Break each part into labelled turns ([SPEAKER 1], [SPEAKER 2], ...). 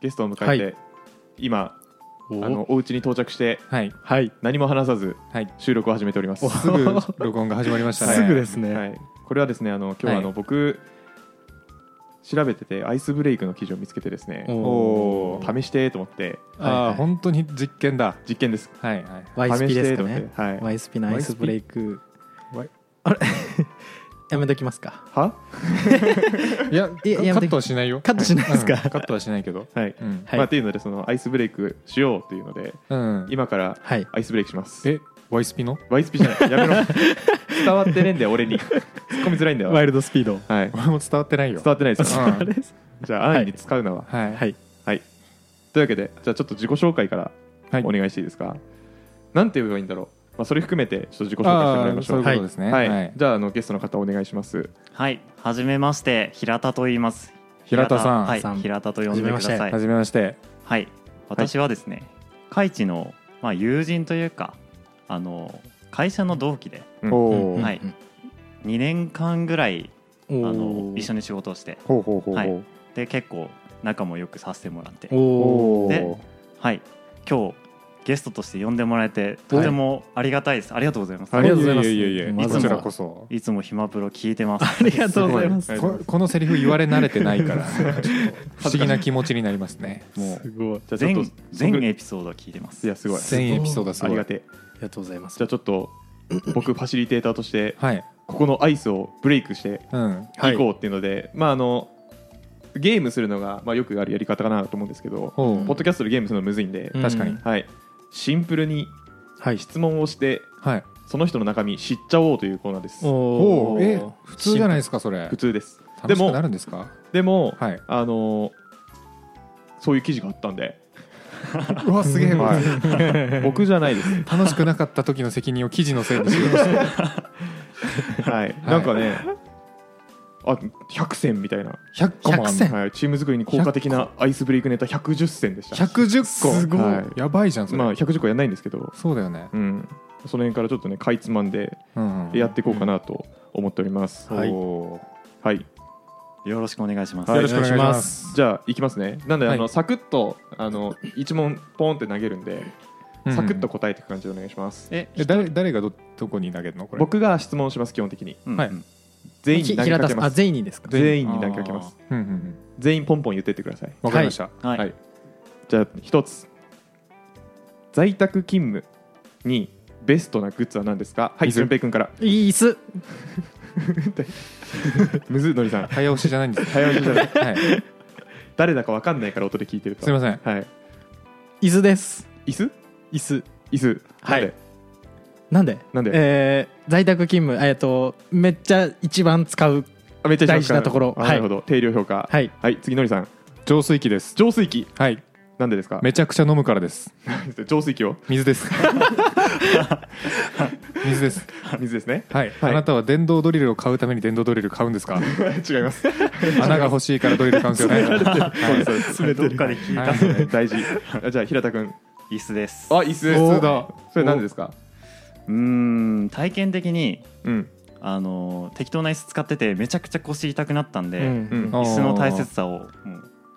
[SPEAKER 1] ゲストを迎えて、
[SPEAKER 2] は
[SPEAKER 1] 今
[SPEAKER 2] お
[SPEAKER 1] あのお家に到着して
[SPEAKER 3] はい
[SPEAKER 2] はい
[SPEAKER 1] 何も話さず
[SPEAKER 3] はい
[SPEAKER 1] 収録を始めております、
[SPEAKER 2] お
[SPEAKER 1] は
[SPEAKER 3] すぐ録音が始まりましたね
[SPEAKER 2] すぐですね、
[SPEAKER 1] い、こ れはですねあの今日はあの、
[SPEAKER 3] は
[SPEAKER 1] 僕調べててアイスブレイクの記事を見つけてですね
[SPEAKER 3] お
[SPEAKER 1] 試してと思って
[SPEAKER 3] ああ、
[SPEAKER 2] はいはい
[SPEAKER 3] 本当に実験だ
[SPEAKER 1] 実験です
[SPEAKER 3] はいはい
[SPEAKER 1] 試
[SPEAKER 2] YSP
[SPEAKER 1] して
[SPEAKER 2] です
[SPEAKER 1] と
[SPEAKER 2] か
[SPEAKER 1] 思って
[SPEAKER 2] ね、
[SPEAKER 1] はい、
[SPEAKER 2] YSP のアイスブレイク
[SPEAKER 1] Y-
[SPEAKER 2] あれ やめときますか
[SPEAKER 1] はい
[SPEAKER 3] や
[SPEAKER 2] いやいや
[SPEAKER 3] カットはしないよ
[SPEAKER 2] カットしないですか
[SPEAKER 3] うんカットはしないけど
[SPEAKER 1] はい、
[SPEAKER 3] うん
[SPEAKER 2] はい
[SPEAKER 1] まあ、っていうのでそのアイスブレイクしようというので
[SPEAKER 3] うん
[SPEAKER 1] 今から
[SPEAKER 2] はい
[SPEAKER 1] アイスブレイクします
[SPEAKER 3] えワイスピ の
[SPEAKER 1] ワイスピじゃないやめろ 伝わってねえんだよ俺に突っ込みづらいんだよ
[SPEAKER 2] ワイルドスピード
[SPEAKER 1] はい
[SPEAKER 3] 俺も伝わってないよ
[SPEAKER 1] 伝わってないですよ、
[SPEAKER 3] うん
[SPEAKER 2] あれです
[SPEAKER 1] じゃあ安易に使うなははい、
[SPEAKER 3] はい
[SPEAKER 2] はい
[SPEAKER 1] というわけでじゃあちょっと自己紹介から
[SPEAKER 3] はい
[SPEAKER 1] お願いしていいですか、なんて言えばいいんだろう、まあ、それ含めてちょっと自己紹介してもらい
[SPEAKER 3] あ
[SPEAKER 1] ま
[SPEAKER 3] あ
[SPEAKER 1] し
[SPEAKER 3] そう
[SPEAKER 1] ょ
[SPEAKER 3] いううことですね
[SPEAKER 1] はい、じゃああのゲストの方お願いします
[SPEAKER 4] はい、はじめまして、平田と言います。
[SPEAKER 3] 平田さん
[SPEAKER 4] はい
[SPEAKER 2] さん、
[SPEAKER 4] 平田と呼んでくださ。
[SPEAKER 2] はい
[SPEAKER 3] はじめまして
[SPEAKER 4] はい、私はですね、カイチの、まあ、友人というか、あの、会社の同期で。
[SPEAKER 1] うん
[SPEAKER 3] お
[SPEAKER 2] うん
[SPEAKER 3] ー
[SPEAKER 4] はい2年間ぐらい
[SPEAKER 2] お
[SPEAKER 4] あ
[SPEAKER 2] ー
[SPEAKER 4] の一緒に仕事をして
[SPEAKER 1] ほうほうほうほう、
[SPEAKER 4] はいで結構仲もよくさせてもらって
[SPEAKER 2] おお
[SPEAKER 1] お
[SPEAKER 4] で
[SPEAKER 1] ー
[SPEAKER 4] はい今日ゲストとして呼んでもらえてとてもありがたいです、ありがとうございます
[SPEAKER 2] ありがとうございます
[SPEAKER 3] やややいや
[SPEAKER 4] まず
[SPEAKER 3] こ
[SPEAKER 4] は
[SPEAKER 3] ちらこそ
[SPEAKER 4] いつも暇プロ聞いてます
[SPEAKER 2] ありがとうございます
[SPEAKER 1] すごい
[SPEAKER 3] ここのセリフ言われ慣れてないから ちょっと不思議な気持ちになりますねもう
[SPEAKER 2] すごい
[SPEAKER 1] じゃあちょっと
[SPEAKER 4] 全全
[SPEAKER 1] い
[SPEAKER 4] エピソード聞いてます
[SPEAKER 1] やすごい
[SPEAKER 3] 1000エピソードす
[SPEAKER 1] あり
[SPEAKER 3] ごい
[SPEAKER 1] がてえ
[SPEAKER 2] ありがとうございます
[SPEAKER 1] じゃあちょっと僕ファシリテーターとして
[SPEAKER 3] はい
[SPEAKER 1] ここのアイスをブレイクして
[SPEAKER 3] うん
[SPEAKER 1] いこうっていうので、まああのゲームするのが、まあ、よくあるやり方かなと思うんですけど、
[SPEAKER 3] お
[SPEAKER 2] うん
[SPEAKER 1] ポッドキャストでゲームするのむずいんで、
[SPEAKER 2] うん
[SPEAKER 3] 確かに
[SPEAKER 1] はい、シンプルに
[SPEAKER 2] はい
[SPEAKER 1] 質問をして
[SPEAKER 3] はい
[SPEAKER 1] その人の中身知っちゃおうというコーナーです
[SPEAKER 3] お
[SPEAKER 2] お
[SPEAKER 3] お
[SPEAKER 2] ー
[SPEAKER 3] え普通じゃないですかそれ
[SPEAKER 1] 普通ですで
[SPEAKER 3] 楽しく
[SPEAKER 1] も
[SPEAKER 3] なるんですか
[SPEAKER 1] でも、
[SPEAKER 3] はい
[SPEAKER 1] あのーそういう記事があったん で
[SPEAKER 3] うわすげえわ
[SPEAKER 1] 僕じゃないです、
[SPEAKER 3] 楽しくなかった時の責任を記事のせいにしてました
[SPEAKER 1] はい、なんかねあ100選みたいな、
[SPEAKER 3] 100個もあんの
[SPEAKER 2] 100
[SPEAKER 1] はい、チーム作りに効果的なアイスブレイクネタ110選でした
[SPEAKER 3] 110個
[SPEAKER 2] す
[SPEAKER 1] ごい
[SPEAKER 3] やばいじゃんそれ、
[SPEAKER 1] まあ110個やんないんですけど、
[SPEAKER 3] そうだよね
[SPEAKER 1] うん、その辺からちょっとねかいつまんで
[SPEAKER 3] うん
[SPEAKER 1] やっていこうかなと思っております、
[SPEAKER 2] はい
[SPEAKER 3] お
[SPEAKER 1] はい、
[SPEAKER 4] よろしくお願いします、
[SPEAKER 3] ー
[SPEAKER 1] は
[SPEAKER 3] よろしくお願いします
[SPEAKER 1] じゃあいきますねなんで、あ
[SPEAKER 3] は
[SPEAKER 1] の
[SPEAKER 3] い
[SPEAKER 1] サクッとあの1問ポンって投げるんでサクッと答えていく感じでお願いします、
[SPEAKER 4] え
[SPEAKER 3] え誰誰がどどこに投げるのこれ
[SPEAKER 1] 僕が質問します基本的に
[SPEAKER 4] うん
[SPEAKER 3] はい
[SPEAKER 4] うん
[SPEAKER 1] 全員に投げ
[SPEAKER 2] 平
[SPEAKER 1] か
[SPEAKER 2] 田
[SPEAKER 1] け
[SPEAKER 2] さんあ
[SPEAKER 1] ます
[SPEAKER 2] 全員にですか
[SPEAKER 1] 全員に投げかけます
[SPEAKER 3] うんうんうん
[SPEAKER 1] 全員ポンポン言ってってください
[SPEAKER 3] わかりました、
[SPEAKER 4] は
[SPEAKER 1] はいいじゃあ一つ在宅勤務にベストなグッズは何ですかはい
[SPEAKER 3] 水
[SPEAKER 1] 順平君から
[SPEAKER 2] いい椅子
[SPEAKER 1] むずのりさん
[SPEAKER 3] 早押しじゃないんです
[SPEAKER 1] 早押しじゃない
[SPEAKER 3] はい
[SPEAKER 1] 誰だか分かんないから音で聞いてると
[SPEAKER 3] すいません
[SPEAKER 1] せんはい
[SPEAKER 2] 椅子です
[SPEAKER 1] 椅子
[SPEAKER 2] 椅子
[SPEAKER 1] 椅子
[SPEAKER 2] はい
[SPEAKER 1] なんで
[SPEAKER 2] なん
[SPEAKER 1] な
[SPEAKER 2] で
[SPEAKER 1] んで
[SPEAKER 2] えー在宅勤務えっとめっちゃ一番使う
[SPEAKER 1] あめっちゃ
[SPEAKER 2] 大事なところ
[SPEAKER 1] あ
[SPEAKER 2] はい
[SPEAKER 1] なるほど定量評価
[SPEAKER 2] はい
[SPEAKER 1] はい次のりさん
[SPEAKER 3] 浄水器です
[SPEAKER 1] 浄水器
[SPEAKER 3] はい
[SPEAKER 1] なんでですか
[SPEAKER 3] めちゃくちゃ飲むからです
[SPEAKER 1] 浄水器を
[SPEAKER 3] 水です 水です
[SPEAKER 1] 水ですね
[SPEAKER 3] はい、
[SPEAKER 1] はい
[SPEAKER 3] あなたは電動ドリルを買うために電動ドリル買うんですか
[SPEAKER 1] 違います
[SPEAKER 3] 穴が欲しいからドリル買うんですよね
[SPEAKER 1] そうですそうです
[SPEAKER 4] どっかで聞いた
[SPEAKER 3] はい
[SPEAKER 1] はい大事あじゃあ平田君
[SPEAKER 4] 椅子です
[SPEAKER 1] あ椅子です
[SPEAKER 3] お
[SPEAKER 1] そうだそれ何ですか
[SPEAKER 4] うーん体験的に
[SPEAKER 1] うん
[SPEAKER 4] あのー適当な椅子使っててめちゃくちゃ腰痛くなったんで、
[SPEAKER 1] うん
[SPEAKER 4] 椅子の大切さをもう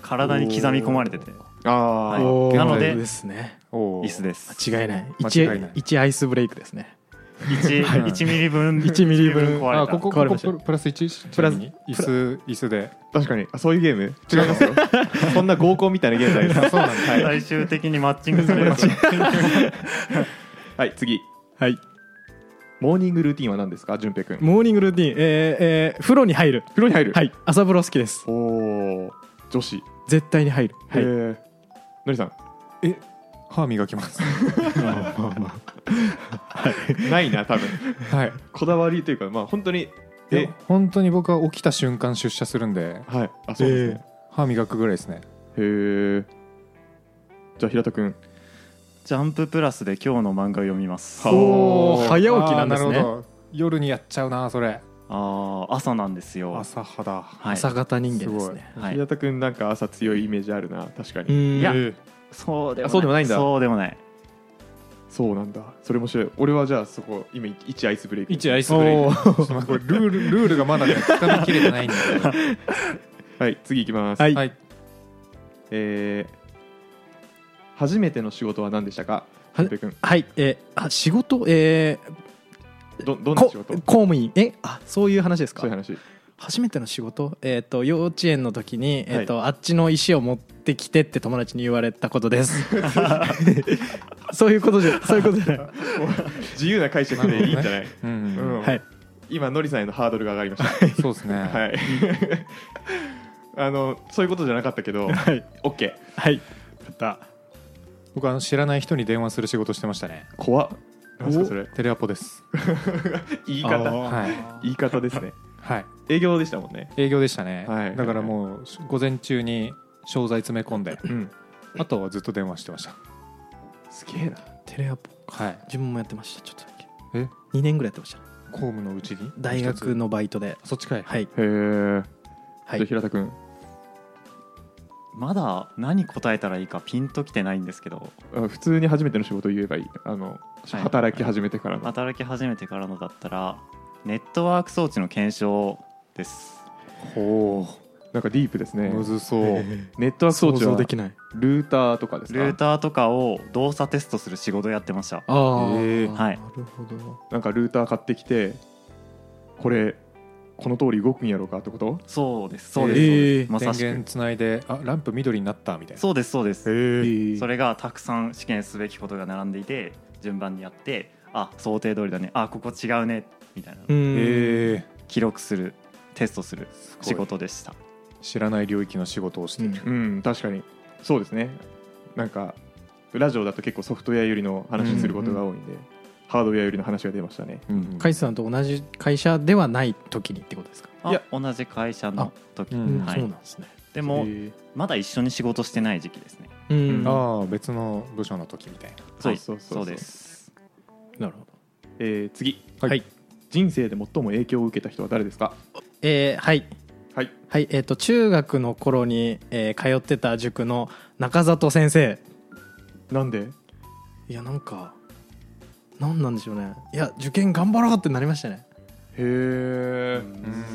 [SPEAKER 4] 体に刻み込まれてて
[SPEAKER 1] あー
[SPEAKER 4] はいなので
[SPEAKER 2] ですね
[SPEAKER 3] おー
[SPEAKER 4] 椅子です
[SPEAKER 2] 間違いない
[SPEAKER 3] 間違いな
[SPEAKER 2] 1
[SPEAKER 3] い
[SPEAKER 2] 一アイスブレイクですね
[SPEAKER 4] 1, 1ミリ分
[SPEAKER 2] 1ミリ分
[SPEAKER 4] 壊れ
[SPEAKER 3] あ
[SPEAKER 4] た
[SPEAKER 3] ここ
[SPEAKER 2] 壊
[SPEAKER 3] こ
[SPEAKER 2] れ
[SPEAKER 3] こ
[SPEAKER 2] ました
[SPEAKER 3] ププラス 1?
[SPEAKER 1] プラス
[SPEAKER 3] 椅子椅子で
[SPEAKER 1] 確かにあそういうゲーム違います よそんな合コンみたいなゲームじゃない です
[SPEAKER 3] そうなんだ
[SPEAKER 4] 最終的にマッチングするやつ
[SPEAKER 1] はい次
[SPEAKER 2] はい
[SPEAKER 1] モーニングルーティンは何ですか淳平君
[SPEAKER 2] モーニングルーティンえーえー風呂に入る
[SPEAKER 1] 風呂に入る
[SPEAKER 2] はい朝風呂好きです
[SPEAKER 1] おお女子
[SPEAKER 2] 絶対に入る
[SPEAKER 1] へ
[SPEAKER 2] はい
[SPEAKER 1] ーのりさん
[SPEAKER 3] え歯磨きます
[SPEAKER 1] ないな多分
[SPEAKER 3] はい
[SPEAKER 1] こだわりというかまあ本当に
[SPEAKER 3] え
[SPEAKER 1] え
[SPEAKER 3] 本当に僕は起きた瞬間出社するんで
[SPEAKER 1] はいあそうですね
[SPEAKER 3] 歯磨くぐらいですね
[SPEAKER 1] へえじゃあ平田君
[SPEAKER 4] ジャンププラスで今日の漫画を読みます
[SPEAKER 1] はおー
[SPEAKER 2] おー早起きなんです
[SPEAKER 3] あー
[SPEAKER 2] ね
[SPEAKER 3] るほど夜にやっちゃうなそれ
[SPEAKER 4] あー朝なんですよ、
[SPEAKER 3] 朝歯だ
[SPEAKER 4] はい、
[SPEAKER 2] 朝方人間です
[SPEAKER 3] すごい
[SPEAKER 2] ね
[SPEAKER 4] はい
[SPEAKER 1] 平田君なんか朝強いイメージあるな確か
[SPEAKER 2] う
[SPEAKER 1] に
[SPEAKER 2] ん
[SPEAKER 4] いや
[SPEAKER 3] え
[SPEAKER 4] そうで
[SPEAKER 1] あそうでもな
[SPEAKER 4] もないい
[SPEAKER 1] んだ
[SPEAKER 4] そうでもない
[SPEAKER 1] そうなんだそれ面白い俺はじゃあそこ今1アイスブレイク
[SPEAKER 3] 1アイスブレイ
[SPEAKER 2] お
[SPEAKER 3] ク
[SPEAKER 2] ー
[SPEAKER 3] ちょ っと待ってこれルールルール がまだね掴みきれてないんだけど
[SPEAKER 1] はい次いきます
[SPEAKER 2] はい
[SPEAKER 3] はい
[SPEAKER 1] えー初めての仕事は何でしたか
[SPEAKER 2] は
[SPEAKER 1] 安部君
[SPEAKER 2] はい、えーあ仕事、え
[SPEAKER 1] ど
[SPEAKER 2] ー
[SPEAKER 1] どんな
[SPEAKER 2] こ
[SPEAKER 1] 仕事
[SPEAKER 2] 公
[SPEAKER 1] そう
[SPEAKER 2] 務員えあそういう話ですか
[SPEAKER 1] いう話
[SPEAKER 2] 初めての仕事、えー、と幼稚園の時に、えーとあっちの石を持ってきてって友達に言われたことです そういうことじゃそういうことじゃない、
[SPEAKER 1] 自由な解釈でいいんじゃない、
[SPEAKER 3] うん
[SPEAKER 1] う
[SPEAKER 3] うん
[SPEAKER 1] ん
[SPEAKER 2] はい、
[SPEAKER 1] 今のりさんへのハードルが上がりました
[SPEAKER 3] そうですね、
[SPEAKER 1] はい あのそういうことじゃなかったけど OK
[SPEAKER 2] はい、やった
[SPEAKER 3] 僕あの知らない人に電話する仕事してましたね
[SPEAKER 1] 怖っ何すかそれ
[SPEAKER 3] テレアポです
[SPEAKER 1] 言い方
[SPEAKER 3] は
[SPEAKER 1] 言い方ですね
[SPEAKER 3] はい
[SPEAKER 1] 営業でしたもんね
[SPEAKER 3] 営業でしたね、
[SPEAKER 1] はい
[SPEAKER 3] だからもう午前中に商材詰め込んで
[SPEAKER 1] うん
[SPEAKER 3] あとはずっと電話してました
[SPEAKER 1] すげえな
[SPEAKER 2] テレアポ
[SPEAKER 3] はい
[SPEAKER 2] 自分もやってましたちょっとだけ
[SPEAKER 3] え
[SPEAKER 2] 2年ぐらいやってました
[SPEAKER 3] 公務のうちに
[SPEAKER 2] 大学のバイトで
[SPEAKER 3] そっちかい、
[SPEAKER 2] はい
[SPEAKER 1] へえ
[SPEAKER 2] は
[SPEAKER 1] じゃあ
[SPEAKER 2] い
[SPEAKER 1] 平田君
[SPEAKER 4] まだ何答えたらいいかピンときてないんですけど
[SPEAKER 1] あ普通に初めての仕事を言えばいいあの
[SPEAKER 4] はい
[SPEAKER 1] 働き始めてからの
[SPEAKER 4] 働き始めてからのだったらネットワーク装置の検証です
[SPEAKER 1] ほうなんかディープですね
[SPEAKER 3] むずそう
[SPEAKER 1] ネットワーク装
[SPEAKER 2] 想
[SPEAKER 1] 置
[SPEAKER 2] 像
[SPEAKER 1] は
[SPEAKER 2] できない
[SPEAKER 1] ルーターとかですか
[SPEAKER 4] ルーターとかを動作テストする仕事やってました
[SPEAKER 2] ああ、
[SPEAKER 1] へえ
[SPEAKER 4] はい
[SPEAKER 2] なるほど
[SPEAKER 1] なんかルーター買ってきてこれこの通り動くんやろうかってこと
[SPEAKER 4] そうですそうです、
[SPEAKER 2] えー
[SPEAKER 4] そうですまさし
[SPEAKER 3] 電源
[SPEAKER 4] く
[SPEAKER 3] つないであランプ緑になったみたいな
[SPEAKER 4] そうですそうです
[SPEAKER 2] ええ
[SPEAKER 4] それがたくさん試験すべきことが並んでいて順番にやってあ想定通りだねあここ違うねみたいな
[SPEAKER 2] うん
[SPEAKER 3] ええ
[SPEAKER 4] 記録するテストする
[SPEAKER 3] ごい
[SPEAKER 4] 仕事でした
[SPEAKER 3] 知らない領域の仕事をしている、
[SPEAKER 1] うん確かにそうですねなんかラジオだと結構ソフトウェアよりの話することが多いんで、ハードウェアよりの話が出ましたね
[SPEAKER 3] うん
[SPEAKER 2] カイさんと同じ会社ではない時にってことですか、
[SPEAKER 4] あ
[SPEAKER 1] いや
[SPEAKER 4] 同じ会社の時、
[SPEAKER 3] うん
[SPEAKER 2] うん
[SPEAKER 4] は
[SPEAKER 2] そう
[SPEAKER 4] い
[SPEAKER 2] な、んですね
[SPEAKER 4] でも
[SPEAKER 1] へえ
[SPEAKER 4] まだ一緒に仕事してない時期ですね
[SPEAKER 2] うん
[SPEAKER 1] あ
[SPEAKER 3] ああ別の部署の時みたいな
[SPEAKER 1] そう
[SPEAKER 4] はい
[SPEAKER 1] そうそうそう
[SPEAKER 4] です
[SPEAKER 2] なるほど
[SPEAKER 1] えー次
[SPEAKER 3] はい
[SPEAKER 1] 人生で最も影響を受けた人は誰ですか
[SPEAKER 2] えーはい
[SPEAKER 1] はい
[SPEAKER 2] はいえー、と中学の頃に、えー通ってた塾の中里先生
[SPEAKER 1] なんで
[SPEAKER 2] いやなんかなんなんでしょうねいや受験頑張ろうってなりましたね、
[SPEAKER 1] へえ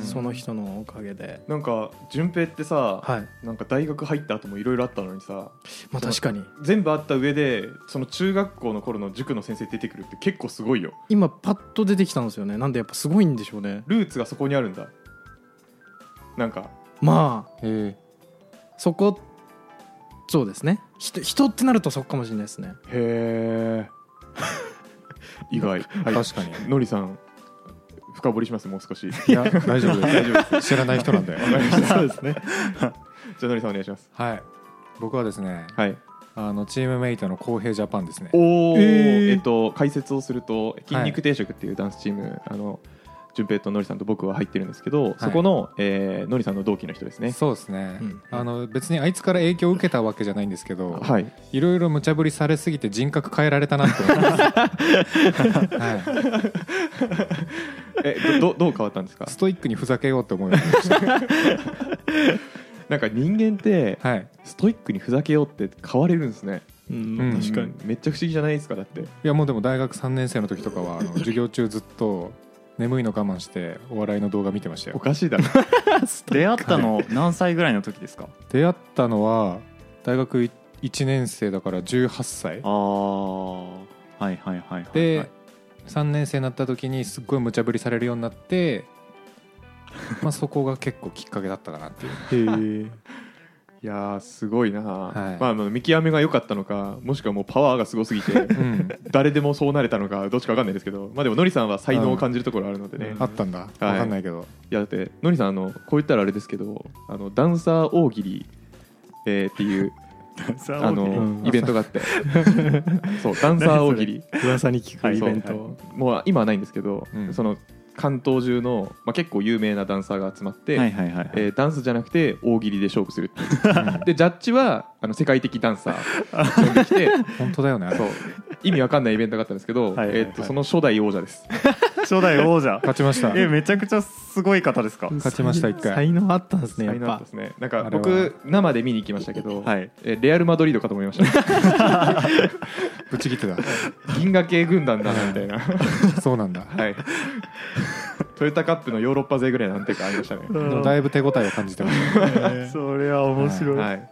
[SPEAKER 2] その人のおかげで
[SPEAKER 1] なんか順平ってさ、
[SPEAKER 2] はい
[SPEAKER 1] なんか大学入った後もいろいろあったのにさ
[SPEAKER 2] まあ
[SPEAKER 1] そう
[SPEAKER 2] 確かに
[SPEAKER 1] 全部あった上でその中学校の頃の塾の先生出てくるって結構すごいよ
[SPEAKER 2] 今パッと出てきたんですよねなんでやっぱすごいんでしょうね
[SPEAKER 1] ルーツがそこにあるんだなんか
[SPEAKER 2] まあ
[SPEAKER 3] え
[SPEAKER 2] そこそうですね人人ってなるとそこかもしれないですね
[SPEAKER 1] へえ意外
[SPEAKER 3] え
[SPEAKER 1] は
[SPEAKER 3] 確かに
[SPEAKER 1] いのりさん深掘りしますもう少し
[SPEAKER 3] いや大丈夫です 大丈夫です知らない人なんで
[SPEAKER 1] そうですね じゃあのりさんお願いします
[SPEAKER 3] はい僕はですね
[SPEAKER 1] はい
[SPEAKER 3] あのチームメイトの公平ジャパンですね
[SPEAKER 1] おお、
[SPEAKER 2] えー
[SPEAKER 1] えっと解説をすると筋肉定食っていうダンスチーム、あの順平とのりさんと僕は入ってるんですけど、そこの、えーのりさんの同期の人ですね
[SPEAKER 3] そうですね、
[SPEAKER 2] うん
[SPEAKER 3] あの別にあいつから影響を受けたわけじゃないんですけど、
[SPEAKER 1] はい
[SPEAKER 3] い、ろいろ無茶ぶりされすぎて人格変えられたなって思います、は
[SPEAKER 1] えどど どう変わったんですか
[SPEAKER 3] い、ストイックにふざけようって思いました、
[SPEAKER 1] なんか人間って
[SPEAKER 3] はい、
[SPEAKER 1] ストイックにふざけようって変われるんですね
[SPEAKER 2] うん
[SPEAKER 3] うん
[SPEAKER 2] 確か
[SPEAKER 1] う
[SPEAKER 2] に
[SPEAKER 1] んめっちゃ不思議じゃないですかだって
[SPEAKER 3] いやもうでも大学3年生の時とかはあの授業中ずっと眠いの我慢してお笑いの動画見てました
[SPEAKER 1] お
[SPEAKER 3] よ
[SPEAKER 1] かしいだろ
[SPEAKER 4] 出会ったの何歳ぐらいの時ですか
[SPEAKER 3] 出会ったのは大学1年生だから18歳
[SPEAKER 4] ああはいはいはいはい、
[SPEAKER 3] で、
[SPEAKER 4] はい
[SPEAKER 3] 3年生になった時にすっごい無茶ぶりされるようになって、まあ、そこが結構きっかけだったかなっていう
[SPEAKER 1] いやーすごいな、
[SPEAKER 3] はい
[SPEAKER 1] まあ、まあ見極めが良かったのかもしくはもうパワーがすごすぎて
[SPEAKER 3] うん
[SPEAKER 1] 誰でもそうなれたのかどっちか分かんないですけど、まあ、でものりさんは才能を感じるところあるのでね、
[SPEAKER 2] う
[SPEAKER 1] い
[SPEAKER 2] ん
[SPEAKER 3] あったんだ、わかんないけど
[SPEAKER 1] やだってのりさんあのこう言ったらあれですけどあのダンサー大喜利、えーっていうあの、
[SPEAKER 2] うん
[SPEAKER 1] イベントがあってそうダンサー大喜利
[SPEAKER 2] 噂に聞くイベント、
[SPEAKER 1] そうもう今はないんですけど、
[SPEAKER 3] うん
[SPEAKER 1] その関東中の、まあ、結構有名なダンサーが集まって、
[SPEAKER 4] はいはいはい、
[SPEAKER 1] えーダンスじゃなくて大喜利で勝負するっていうでジャッジはあの世界的ダンサー呼んできて
[SPEAKER 3] 本当だよねあれ
[SPEAKER 1] そう意味わかんないイベントがあったんですけど、
[SPEAKER 4] はいはいはい
[SPEAKER 1] えーっとその初代王者です
[SPEAKER 4] 初代王者
[SPEAKER 3] 勝ちました
[SPEAKER 4] えめちゃくちゃすごい方ですか
[SPEAKER 3] 勝ちました一回
[SPEAKER 2] 才能あったんですねやっ
[SPEAKER 1] 才能あった
[SPEAKER 2] ぱ
[SPEAKER 1] ですねなんか
[SPEAKER 3] あれは
[SPEAKER 1] 僕生で見に行きましたけど、
[SPEAKER 4] はい
[SPEAKER 1] えーレアル・マドリードかと思いました
[SPEAKER 3] ぶち切って
[SPEAKER 1] 銀河系軍団だなみたいな
[SPEAKER 3] たそうなんだ
[SPEAKER 1] はいトヨタカップのヨーロッパ勢ぐらいなんていうかありましたね、
[SPEAKER 3] でもだいぶ手応えを感じてまし
[SPEAKER 4] それは面白い、
[SPEAKER 1] はい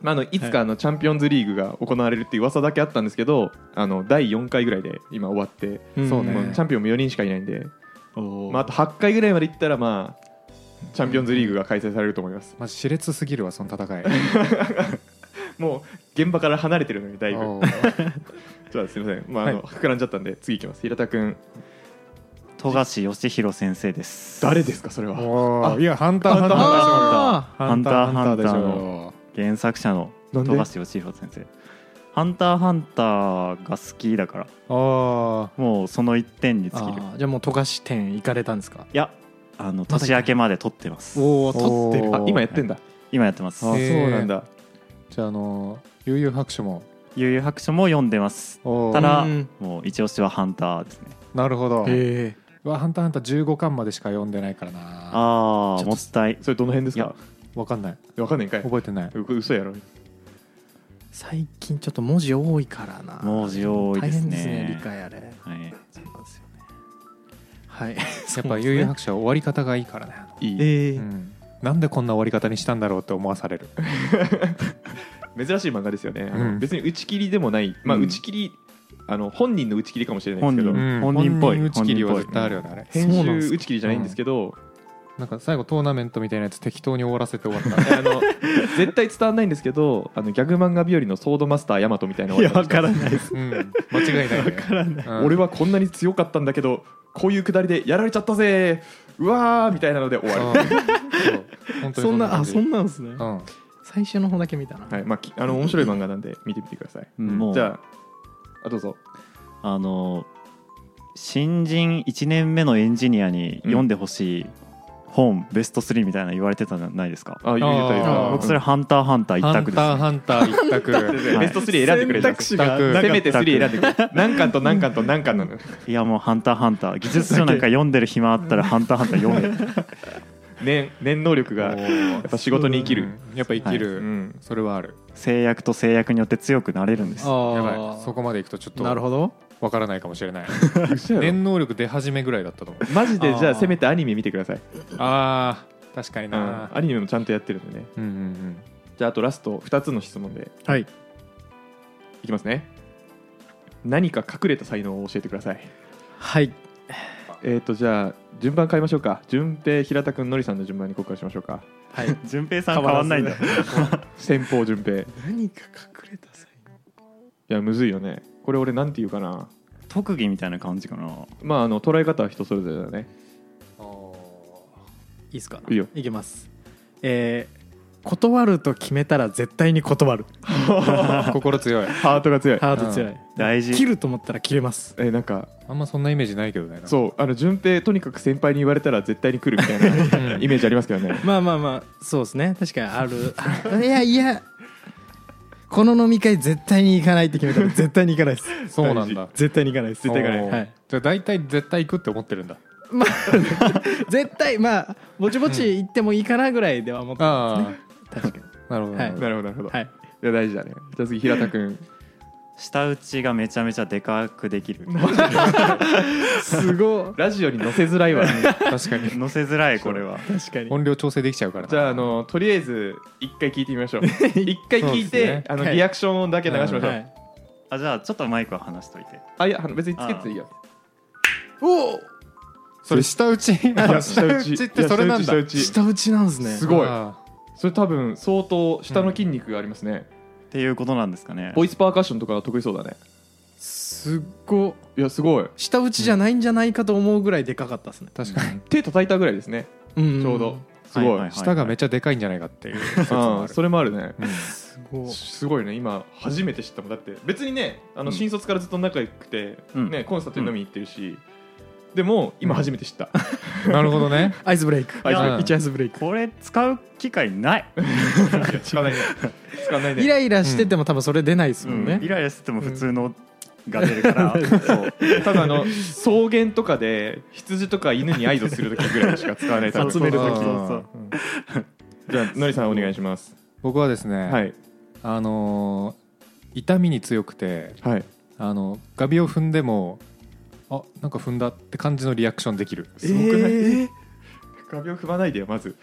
[SPEAKER 1] まあ、あのいつかあのチャンピオンズリーグが行われるっていう噂だけあったんですけどあの第4回ぐらいで今終わって、
[SPEAKER 2] そう
[SPEAKER 1] もう
[SPEAKER 2] ね
[SPEAKER 1] チャンピオンも4人しかいないんで、
[SPEAKER 4] おー
[SPEAKER 1] まあ、あと8回ぐらいまでいったら、まあ、チャンピオンズリーグが開催されると思います
[SPEAKER 3] まあ、熾烈すぎるわその戦い
[SPEAKER 1] もう現場から離れてるのにだいぶ
[SPEAKER 3] お ー
[SPEAKER 1] じゃあすみません、まああの
[SPEAKER 3] は
[SPEAKER 1] 膨らんじゃったんで次いきます平田君
[SPEAKER 4] 富樫義弘先生です
[SPEAKER 1] 誰ですかそれは
[SPEAKER 3] おーいやハンターハンター
[SPEAKER 2] あ
[SPEAKER 4] ハンターハンター
[SPEAKER 3] でし
[SPEAKER 4] の
[SPEAKER 3] ょ
[SPEAKER 4] 原作者の
[SPEAKER 1] なんで
[SPEAKER 4] 富樫義弘先生「ハンターハンター」が好きだから
[SPEAKER 3] あ
[SPEAKER 4] もうその一点に
[SPEAKER 2] ー
[SPEAKER 4] 尽きる
[SPEAKER 2] あーじゃあもう富樫店行かれたんですか
[SPEAKER 4] いやあの年明けまで撮ってます
[SPEAKER 2] おお
[SPEAKER 3] 撮ってる
[SPEAKER 1] あ今やってんだ
[SPEAKER 4] 今やってます
[SPEAKER 1] あ
[SPEAKER 3] へー
[SPEAKER 1] そうなんだ
[SPEAKER 3] ーじゃああの悠々白書も
[SPEAKER 4] 悠々白書も読んでます
[SPEAKER 3] おー
[SPEAKER 4] ただ
[SPEAKER 2] うん
[SPEAKER 4] もう一押しはハンターですね
[SPEAKER 3] なるほど
[SPEAKER 2] え
[SPEAKER 3] うわハンターハンター15巻までしか読んでないからな
[SPEAKER 4] あ
[SPEAKER 2] ち
[SPEAKER 4] あ
[SPEAKER 2] ょっと
[SPEAKER 4] もったい
[SPEAKER 1] それどの辺です
[SPEAKER 4] い
[SPEAKER 1] か
[SPEAKER 4] や
[SPEAKER 3] わかんない
[SPEAKER 1] わかんないんかい
[SPEAKER 3] 覚えてない
[SPEAKER 1] 嘘やろ
[SPEAKER 2] 最近ちょっと文字多いからな
[SPEAKER 4] 文字多
[SPEAKER 2] 大
[SPEAKER 4] いです
[SPEAKER 2] 変
[SPEAKER 4] ね
[SPEAKER 2] ですね理解あれ
[SPEAKER 4] はい
[SPEAKER 2] そうなんですよねはい
[SPEAKER 3] やっぱ悠々白書は終わり方がいいからね
[SPEAKER 1] いい、
[SPEAKER 2] え
[SPEAKER 3] うんなんでこんな終わり方にしたんだろうって思わされる
[SPEAKER 1] 珍しい漫画ですよね、あの
[SPEAKER 3] うん
[SPEAKER 1] 別に打ち切りでもない、まあ、
[SPEAKER 4] うん
[SPEAKER 1] 打ち切り、あの本人の打ち切りかもしれないですけど、
[SPEAKER 4] 本人
[SPEAKER 3] うん
[SPEAKER 4] っぽい
[SPEAKER 3] 本打ち切りは
[SPEAKER 4] 本人っぽ
[SPEAKER 3] 絶
[SPEAKER 4] い
[SPEAKER 3] 対あるよねあれ
[SPEAKER 1] 編
[SPEAKER 2] そうなんです
[SPEAKER 1] 集
[SPEAKER 2] か
[SPEAKER 1] 打ち切りじゃないんですけど、
[SPEAKER 3] なんか最後トーナメントみたいなやつ適当に終わらせて終わった
[SPEAKER 1] あの絶対伝わんないんですけどあのギャグ漫画日和のソードマスターヤマトみたいな終わり方
[SPEAKER 4] らないです
[SPEAKER 3] うん、間違いない、ね。わからない。
[SPEAKER 1] 俺はこんなに強かったんだけどこういうくだりでやられちゃったぜうわーみたいなので終わる、
[SPEAKER 3] うんそう本当に
[SPEAKER 2] そんなあ
[SPEAKER 3] 感じ
[SPEAKER 2] そんなんですね
[SPEAKER 3] うん。
[SPEAKER 2] 最初の方だけ見たな
[SPEAKER 1] はいまあ、きあの面白い漫画なんで見てみてください、
[SPEAKER 4] うんもう
[SPEAKER 1] じゃああどうぞ
[SPEAKER 4] あの新人1年目のエンジニアに読んでほしい本ベスト3みたいなの言われてたじゃないですか
[SPEAKER 1] あ言うた言う
[SPEAKER 3] あ
[SPEAKER 1] た
[SPEAKER 3] ー
[SPEAKER 4] 僕それ「ハンターハンター」一
[SPEAKER 3] ハン
[SPEAKER 4] 択です
[SPEAKER 3] ター
[SPEAKER 4] ね
[SPEAKER 3] ハンター一択。
[SPEAKER 1] ベスト3選んでくれた
[SPEAKER 2] 選択肢がなかった
[SPEAKER 1] せめて3選んでくれ何巻と何巻と何巻なの
[SPEAKER 4] いやもう「ハンターハンター」技術書なんか読んでる暇あったら「ハンターハンター」読め
[SPEAKER 1] 念念能力がやっぱ仕事に生きる、
[SPEAKER 3] うんやっぱ生き
[SPEAKER 1] う
[SPEAKER 3] る、
[SPEAKER 1] ん、
[SPEAKER 3] それはある。
[SPEAKER 4] 制約と制約によって強くなれるんです
[SPEAKER 2] あー
[SPEAKER 3] やばい。そこまでいくとちょっと
[SPEAKER 2] なるほど
[SPEAKER 3] わからないかもしれない。
[SPEAKER 1] 嘘やろ
[SPEAKER 3] 念能力出始めぐらいだったと思う。
[SPEAKER 1] マジでじゃ
[SPEAKER 2] あ
[SPEAKER 1] あ
[SPEAKER 2] ー
[SPEAKER 1] せめてアニメ見てください、
[SPEAKER 3] ああ、確かに
[SPEAKER 1] うん、
[SPEAKER 3] な
[SPEAKER 1] ア。ニメもちゃんとやってるんでね
[SPEAKER 3] うんうんうん。
[SPEAKER 1] じゃああとラスト2つの質問で
[SPEAKER 2] はい
[SPEAKER 1] いきますね何か隠れた才能を教えてください
[SPEAKER 2] はい
[SPEAKER 1] えー、とじゃあ順番変えましょうか順平平田君のりさんの順番にここからしましょうか
[SPEAKER 2] はい
[SPEAKER 4] 順平さん変わんないんだ
[SPEAKER 1] 先方順平い
[SPEAKER 2] 何か隠れた才
[SPEAKER 1] やむずいよねこれ俺なんて言うかな
[SPEAKER 4] 特技みたいな感じかな
[SPEAKER 1] まああの捉え方は人それぞれだね
[SPEAKER 2] いいですか
[SPEAKER 1] いいよ
[SPEAKER 2] いきますえー断ると決めたら絶対に断る
[SPEAKER 3] あー心強い。
[SPEAKER 1] ハートが強い
[SPEAKER 2] ハード強い、
[SPEAKER 4] 大事
[SPEAKER 2] 切ると思ったら切れます
[SPEAKER 1] えなんか
[SPEAKER 3] あんまそんなイメージないけどね。
[SPEAKER 1] そうあの順平とにかく先輩に言われたら絶対に来るみたいなイメージありますけどね
[SPEAKER 2] まあまあまあそうですね確かにある あいやいやこの飲み会絶対に行かないって決 めたら絶対に行かないです
[SPEAKER 3] そうなんだ。
[SPEAKER 2] 絶対に行かないです
[SPEAKER 1] 絶対行かない
[SPEAKER 3] おー
[SPEAKER 2] はい
[SPEAKER 3] じゃあ大体絶対行くって思ってるんだ。
[SPEAKER 2] まあ絶対まあぼちぼち行ってもいいかなぐらいでは思ってます
[SPEAKER 3] あ
[SPEAKER 2] ね確かに
[SPEAKER 3] あ、なるほどなるほど。
[SPEAKER 1] なるほどなるほど、、
[SPEAKER 2] はいい
[SPEAKER 1] や大事だねじゃあ次平田君
[SPEAKER 4] 舌打ちがめちゃめちゃでかくできる
[SPEAKER 2] すご
[SPEAKER 1] ラジオに載せづらいわ、
[SPEAKER 3] 確かに。
[SPEAKER 4] 載せづらいこれは
[SPEAKER 2] 確かに
[SPEAKER 3] 音量調整できちゃうからな
[SPEAKER 1] じゃああのとりあえず一回聞いてみましょ う一回聞い
[SPEAKER 3] そうで
[SPEAKER 1] て、
[SPEAKER 3] すね
[SPEAKER 1] あの
[SPEAKER 2] はい
[SPEAKER 1] リアクションだけ流しましょう、
[SPEAKER 2] はい
[SPEAKER 4] あじゃあちょっとマイクは離しといて
[SPEAKER 1] あいや別につけていいよ
[SPEAKER 2] おお
[SPEAKER 3] それ 下打ち
[SPEAKER 1] いや
[SPEAKER 3] 下打ちってそれなんだ
[SPEAKER 1] 下打ち下打ち
[SPEAKER 2] 下打ちなんですね
[SPEAKER 1] すごい
[SPEAKER 3] あ
[SPEAKER 1] それ多分相当下の筋肉がありますね、
[SPEAKER 4] っていうことなんですかね
[SPEAKER 1] ボイスパーカッションとか得意そうだね
[SPEAKER 2] すっご
[SPEAKER 1] いやすごい
[SPEAKER 2] 下打ちじゃないんじゃないかと思うぐらいでかかったですね
[SPEAKER 3] ー、確かに
[SPEAKER 1] 手叩いたぐらいですね
[SPEAKER 2] うん
[SPEAKER 1] ちょうど、すごい、
[SPEAKER 4] ははは
[SPEAKER 3] 下がめっちゃでかいんじゃないかっていう説
[SPEAKER 1] あ
[SPEAKER 3] も
[SPEAKER 1] あ
[SPEAKER 3] あ
[SPEAKER 1] そ
[SPEAKER 3] る
[SPEAKER 1] れもあるね
[SPEAKER 2] すごい
[SPEAKER 1] すごいね今初めて知ったもんだって別にねあの
[SPEAKER 4] うん
[SPEAKER 1] 新卒からずっと仲良くて、
[SPEAKER 4] うん
[SPEAKER 1] ね、コンサートに飲みに行ってるし、でも今初めて知った、
[SPEAKER 3] なるほどね
[SPEAKER 2] アイスブレイク
[SPEAKER 1] アイスブレイ
[SPEAKER 3] ク
[SPEAKER 2] 一アイスブレイク
[SPEAKER 4] これ使う機会ない、
[SPEAKER 1] いや使わないね使わないね
[SPEAKER 2] イライラしてても多分それ出ないですもん
[SPEAKER 4] イ
[SPEAKER 2] ね
[SPEAKER 4] ライラしてても普通のが出るから、 そう
[SPEAKER 1] ただあの草原とかで羊とか犬に合図する時ぐらいしか使わない多分
[SPEAKER 4] 集める
[SPEAKER 3] そう
[SPEAKER 4] 時
[SPEAKER 3] そう
[SPEAKER 4] そうそう
[SPEAKER 1] じゃあのりさんお願いします
[SPEAKER 3] 僕はですね、
[SPEAKER 1] はい
[SPEAKER 3] あのー痛みに強くて
[SPEAKER 1] はい
[SPEAKER 3] あのガビを踏んでもあなんか踏んだって感じのリアクションできる
[SPEAKER 1] すごくない
[SPEAKER 2] えー
[SPEAKER 1] 壁を踏まないでよまず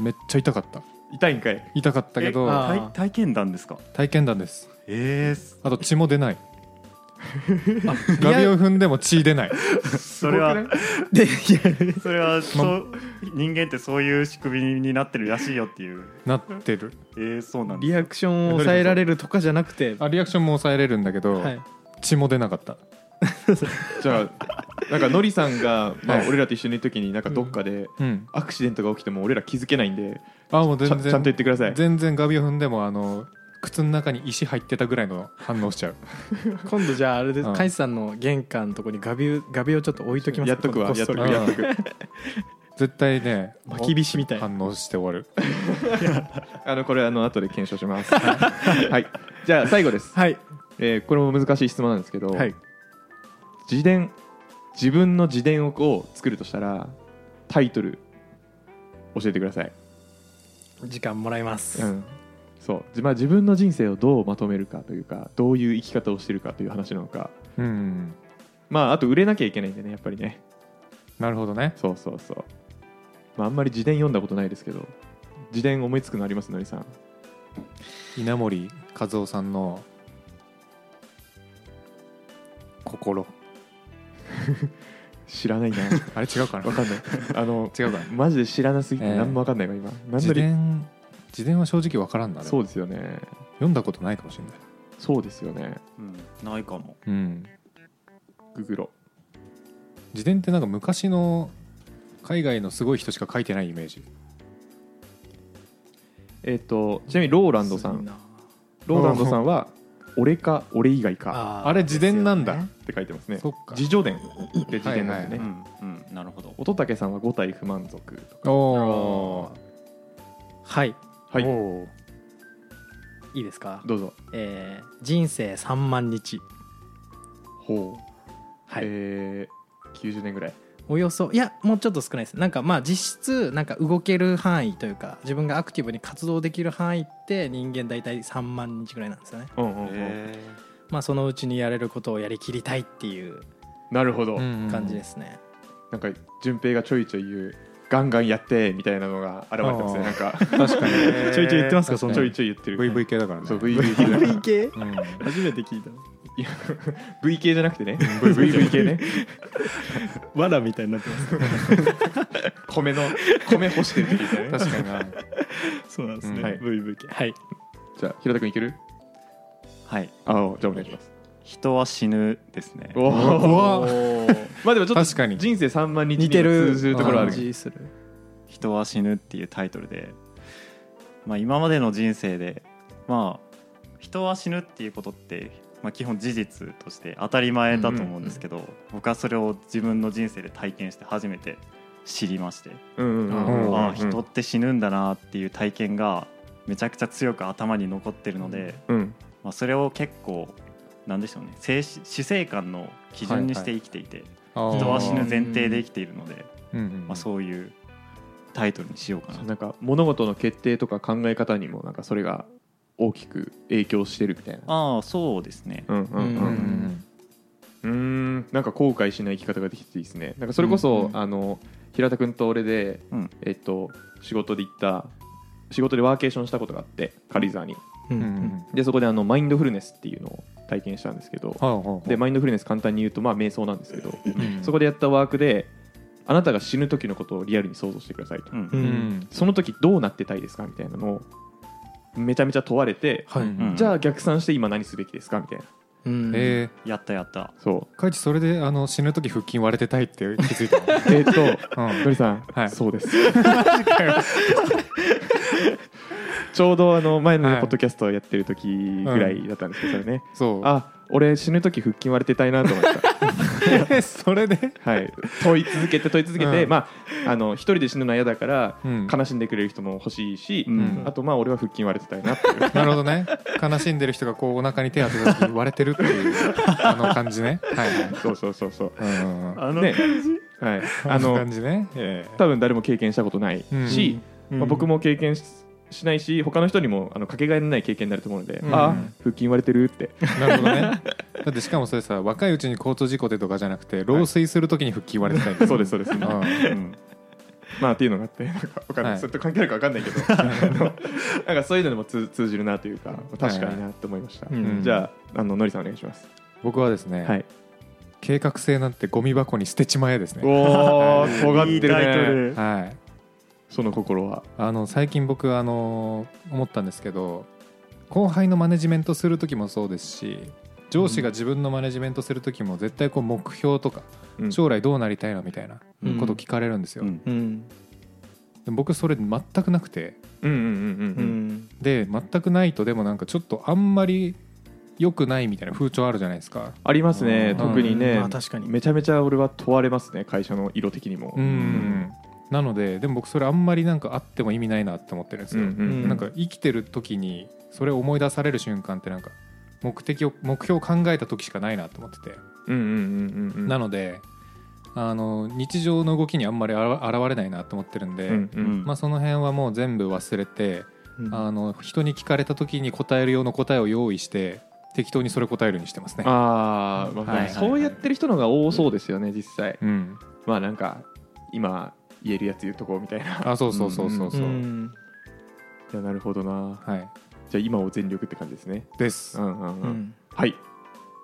[SPEAKER 3] めっちゃ痛かった
[SPEAKER 1] 痛いんかい
[SPEAKER 3] 痛かったけ
[SPEAKER 1] え
[SPEAKER 3] ど
[SPEAKER 2] あ
[SPEAKER 4] 体体験談ですか
[SPEAKER 3] 体験談です
[SPEAKER 4] え
[SPEAKER 3] あと血も 出ないガビを踏んでも血出ない
[SPEAKER 4] ー、それは
[SPEAKER 1] すごくない
[SPEAKER 2] でいや
[SPEAKER 4] それはそう人間ってそういう仕組みになってるらしいよっていう
[SPEAKER 3] なってる
[SPEAKER 4] えー、そうなん だ
[SPEAKER 2] リアクションを抑えられるとかじゃなくて、
[SPEAKER 3] あリアクションも抑えれるんだけど、
[SPEAKER 2] はい、
[SPEAKER 3] 血も出なかった
[SPEAKER 1] じゃあなんかノリさんが、まあ
[SPEAKER 3] は、い
[SPEAKER 1] 俺らと一緒にいる時になんかどっかで
[SPEAKER 3] うん
[SPEAKER 1] アクシデントが起きても俺ら気づけないんで
[SPEAKER 3] あもう
[SPEAKER 1] ちゃちゃん
[SPEAKER 3] 全然
[SPEAKER 1] と言ってください
[SPEAKER 3] 全然ガビを踏んでもあの靴の中に石入ってたぐらいの反応しちゃう
[SPEAKER 2] 今度じゃああれです、
[SPEAKER 3] うん
[SPEAKER 2] カイさんの玄関のとこにガビュガビをちょっと置いときます
[SPEAKER 1] やっとくわ
[SPEAKER 2] こっ
[SPEAKER 1] やっ
[SPEAKER 2] そ
[SPEAKER 1] と
[SPEAKER 2] り
[SPEAKER 1] くやっとく
[SPEAKER 3] 絶対ね
[SPEAKER 2] まきびしみたいな
[SPEAKER 3] 反応して終わる
[SPEAKER 1] あのこれあの後で検証し ますはいじゃあ最後です、
[SPEAKER 2] はい
[SPEAKER 1] えーこれも難しい質問なんですけど、
[SPEAKER 2] はい
[SPEAKER 1] 自伝自分の自伝をこう作るとしたらタイトル教えてください、
[SPEAKER 2] 時間もらいます、
[SPEAKER 1] うん、そうじまあ自分の人生をどうまとめるかというかどういう生き方をしてるかという話なのか
[SPEAKER 3] うん
[SPEAKER 1] まああと売れなきゃいけないんでねやっぱりね
[SPEAKER 3] なるほどね
[SPEAKER 1] そうそうそう、まあ、あんまり自伝読んだことないですけど自伝思いつくのありますのりさん
[SPEAKER 3] 稲森和夫さんの心
[SPEAKER 1] 知らない な
[SPEAKER 3] あれ 違うかな
[SPEAKER 1] わかんないあの
[SPEAKER 3] 違うかな
[SPEAKER 1] マジで知らなすぎて
[SPEAKER 3] えー
[SPEAKER 1] 何もわかんないわ今、何
[SPEAKER 3] 自
[SPEAKER 1] のり
[SPEAKER 3] 伝自伝は正直わからんだね
[SPEAKER 1] そうですよね
[SPEAKER 3] 読んだことないかもしれない
[SPEAKER 1] そうですよね
[SPEAKER 4] うん、ないかも
[SPEAKER 3] うん
[SPEAKER 1] ググロ
[SPEAKER 3] 自伝ってなんか昔の海外のすごい人しか書いてないイメージ
[SPEAKER 1] えっ、とちなみにローランドさ
[SPEAKER 2] いい
[SPEAKER 1] ん
[SPEAKER 2] な
[SPEAKER 1] ローランドさんは「俺か俺以外か
[SPEAKER 2] あー
[SPEAKER 3] あれ自伝なんだ、
[SPEAKER 2] ですよね」
[SPEAKER 1] って書いてますね
[SPEAKER 3] そっか
[SPEAKER 1] 自叙伝で自伝なんで
[SPEAKER 4] う
[SPEAKER 1] ね
[SPEAKER 4] んうんなるほど
[SPEAKER 1] 乙武さんは五体不満足とか
[SPEAKER 3] お
[SPEAKER 2] はい
[SPEAKER 1] はい
[SPEAKER 2] おーいいですか、
[SPEAKER 1] どうぞ
[SPEAKER 2] えー人生3万日
[SPEAKER 1] ほう
[SPEAKER 2] はい、
[SPEAKER 1] えー、90年ぐらい
[SPEAKER 2] およそいやもうちょっと少ないですなんかまあ実質なんか動ける範囲というか自分がアクティブに活動できる範囲って人間大体3万日ぐらいなんですよね
[SPEAKER 1] うんうんうん、
[SPEAKER 4] え
[SPEAKER 2] まあそのうちにやれることをやりきりたいっていう
[SPEAKER 1] なるほど、
[SPEAKER 2] 感じですすね、
[SPEAKER 1] なんか順平がちょいちょい言うガンガンやってみたいなのが現れてますね
[SPEAKER 3] あー
[SPEAKER 1] なんか
[SPEAKER 3] 確かに
[SPEAKER 4] ー
[SPEAKER 2] ちょいちょい言ってますか
[SPEAKER 3] その
[SPEAKER 1] ちょいちょい言ってる
[SPEAKER 3] VV 系だからね
[SPEAKER 1] そう VV 系
[SPEAKER 2] VK
[SPEAKER 3] うん
[SPEAKER 2] 初めて聞いた
[SPEAKER 1] V 系じゃなくてね VV 系ね
[SPEAKER 2] わらみたいになってます
[SPEAKER 1] 米の米干してるって言ったね
[SPEAKER 3] 確かにな
[SPEAKER 2] そうなんです
[SPEAKER 3] ね
[SPEAKER 2] VVK はい
[SPEAKER 1] じゃあ平田君いける
[SPEAKER 4] はい
[SPEAKER 1] あーじゃあお願いします
[SPEAKER 4] 人は死ぬですね
[SPEAKER 1] お
[SPEAKER 3] ー怖
[SPEAKER 1] まあでもちょっ
[SPEAKER 3] 確か
[SPEAKER 1] と
[SPEAKER 3] に
[SPEAKER 1] 人生3万日に
[SPEAKER 2] 似てる
[SPEAKER 1] 通じるところある
[SPEAKER 2] 感じする
[SPEAKER 4] 人は死ぬっていうタイトルで、まあ、今までの人生でまあ人は死ぬっていうことって、まあ、基本事実として当たり前だと思うんですけど、僕はそれを自分の人生で体験して初めて知りまして、
[SPEAKER 1] うんうんうんうんうん
[SPEAKER 4] ああ人って死ぬんだなっていう体験がめちゃくちゃ強く頭に残ってるので、
[SPEAKER 1] うん
[SPEAKER 4] まあ、それを結構なんでしょうね生死死生観の基準にして生きていて、人は死ぬ前提で生きているので、まあ、
[SPEAKER 3] う
[SPEAKER 4] そういうタイトルにしようかな
[SPEAKER 1] そ
[SPEAKER 4] と
[SPEAKER 1] うなんか物事の決定とか考え方にもなんかそれが大きく影響してるみたいな
[SPEAKER 4] ああそうですね
[SPEAKER 1] うんうんうん
[SPEAKER 3] んうん
[SPEAKER 1] うーんなんか後悔しない生き方ができていいですねなんかそれこそ、
[SPEAKER 3] うん
[SPEAKER 1] あの平田君と俺で、
[SPEAKER 4] うん
[SPEAKER 1] えっと、仕事で行った仕事でワーケーションしたことがあって軽井沢に
[SPEAKER 2] う
[SPEAKER 3] うんん
[SPEAKER 2] う
[SPEAKER 3] うんん
[SPEAKER 1] でそこであのマインドフルネスっていうのを体験したんですけど
[SPEAKER 3] はいはい
[SPEAKER 1] でマインドフルネス簡単に言うとまあ瞑想なんですけど
[SPEAKER 3] うん
[SPEAKER 1] そこでやったワークであなたが死ぬ時のことをリアルに想像してくださいと
[SPEAKER 4] うん
[SPEAKER 2] う
[SPEAKER 3] うんん
[SPEAKER 1] その時どうなってたいですかみたいなのをめちゃめちゃ問われて
[SPEAKER 2] はい、
[SPEAKER 4] ん
[SPEAKER 1] じゃあ逆算して今何すべきですかみたいな
[SPEAKER 2] うん
[SPEAKER 3] え
[SPEAKER 4] やったやった
[SPEAKER 1] そう
[SPEAKER 3] ーカイチそれであの死ぬ時腹筋割れてたいって気づいたの
[SPEAKER 1] えっと
[SPEAKER 3] うん
[SPEAKER 1] のりさん、
[SPEAKER 3] はい
[SPEAKER 1] そうですちょうどあの前のね
[SPEAKER 3] はい
[SPEAKER 1] ポッドキャストをやってる時ぐらいだったんですけどね、
[SPEAKER 3] そう
[SPEAKER 1] あ俺死ぬ時腹筋割れてたいなと思った
[SPEAKER 3] それで
[SPEAKER 1] はい問い続けて問い続けて、
[SPEAKER 3] うん
[SPEAKER 1] まああの一人で死ぬのは嫌だから、
[SPEAKER 3] うん
[SPEAKER 1] 悲しんでくれる人も欲しいし、
[SPEAKER 4] うん
[SPEAKER 1] あとまあ俺は腹筋割れてたいなっていう
[SPEAKER 3] なるほどね悲しんでる人がこうお腹に手当てた時割れてるっていうあの感じ ねはいはい
[SPEAKER 1] そうそうそうそう
[SPEAKER 3] うんうん
[SPEAKER 4] あ
[SPEAKER 1] ねはい
[SPEAKER 3] あ
[SPEAKER 1] あ
[SPEAKER 3] の
[SPEAKER 1] の
[SPEAKER 3] 感じねえ
[SPEAKER 1] 多分誰も経験したことないし、まあ、僕も経験ししないし他の人にもあのかけがえのない経験になると思うので、
[SPEAKER 3] うん
[SPEAKER 1] ああ腹筋割れてるって
[SPEAKER 3] えなるほどねだってしかもそれさ若いうちに交通事故でとかじゃなくて老衰する時に復帰言われてたんだよ
[SPEAKER 1] そうですそうです、
[SPEAKER 3] うん
[SPEAKER 4] うん
[SPEAKER 1] まあっていうのがあってなんかわかんない、
[SPEAKER 3] はい
[SPEAKER 1] それと関係あるかわかんないけどあのなんかそういうのでも通通じるなというか確かになと思いました、
[SPEAKER 2] うん
[SPEAKER 1] じゃああののりさんお願いします、
[SPEAKER 3] 僕はですね、
[SPEAKER 1] はい
[SPEAKER 3] 計画性なんてゴミ箱に捨てちまえですね
[SPEAKER 1] おお尖っ
[SPEAKER 4] い
[SPEAKER 1] て
[SPEAKER 4] いタイト
[SPEAKER 1] るね
[SPEAKER 4] ル
[SPEAKER 3] はい
[SPEAKER 1] その心は
[SPEAKER 3] あの最近僕あの思ったんですけど後輩のマネジメントする時もそうですし上司が自分のマネジメントする時も絶対こう目標とか
[SPEAKER 1] うん
[SPEAKER 3] 将来どうなりたいのみたいなことを聞かれるんですよ、
[SPEAKER 4] うん
[SPEAKER 2] うん
[SPEAKER 3] で僕それ全くなくて
[SPEAKER 1] うんうんうん
[SPEAKER 2] う
[SPEAKER 1] うんうん
[SPEAKER 2] ん
[SPEAKER 3] で全くないとでもなんかちょっとあんまり良くないみたいな風潮あるじゃないですか
[SPEAKER 1] あります
[SPEAKER 4] う
[SPEAKER 1] ね
[SPEAKER 4] ん
[SPEAKER 1] 特にね、
[SPEAKER 2] まあ確かに
[SPEAKER 1] めちゃめちゃ俺は問われますね会社の色的にも、
[SPEAKER 3] うん、なのででも僕それあんまりなんかあっても意味ないなって思ってるんですよ、
[SPEAKER 2] うん
[SPEAKER 3] なんか生きてる時にそれを思い出される瞬間ってなんか目的を目標を考えた時しかないなと思ってて、
[SPEAKER 1] うんうんうんうんうん
[SPEAKER 3] なのであの日常の動きにあんまりあら現れないなと思ってるんで、
[SPEAKER 1] うんうん
[SPEAKER 3] まあ、その辺はもう全部忘れて、
[SPEAKER 2] うん
[SPEAKER 3] あの人に聞かれた時に答える用の答えを用意して適当にそれ答えるようにしてますね。
[SPEAKER 1] あー、まあ
[SPEAKER 3] はいはいはい
[SPEAKER 1] そうやってる人の方が多そうですよね実際
[SPEAKER 3] うん、
[SPEAKER 1] まあなんか今言えるやつ言うとこうみた いな
[SPEAKER 3] あそうそうそうそうそう、
[SPEAKER 2] ん
[SPEAKER 1] いやなるほどな
[SPEAKER 3] はい
[SPEAKER 1] じゃあ今を全力って感じですね
[SPEAKER 3] です、
[SPEAKER 1] うんうんうん、
[SPEAKER 2] うん
[SPEAKER 1] はい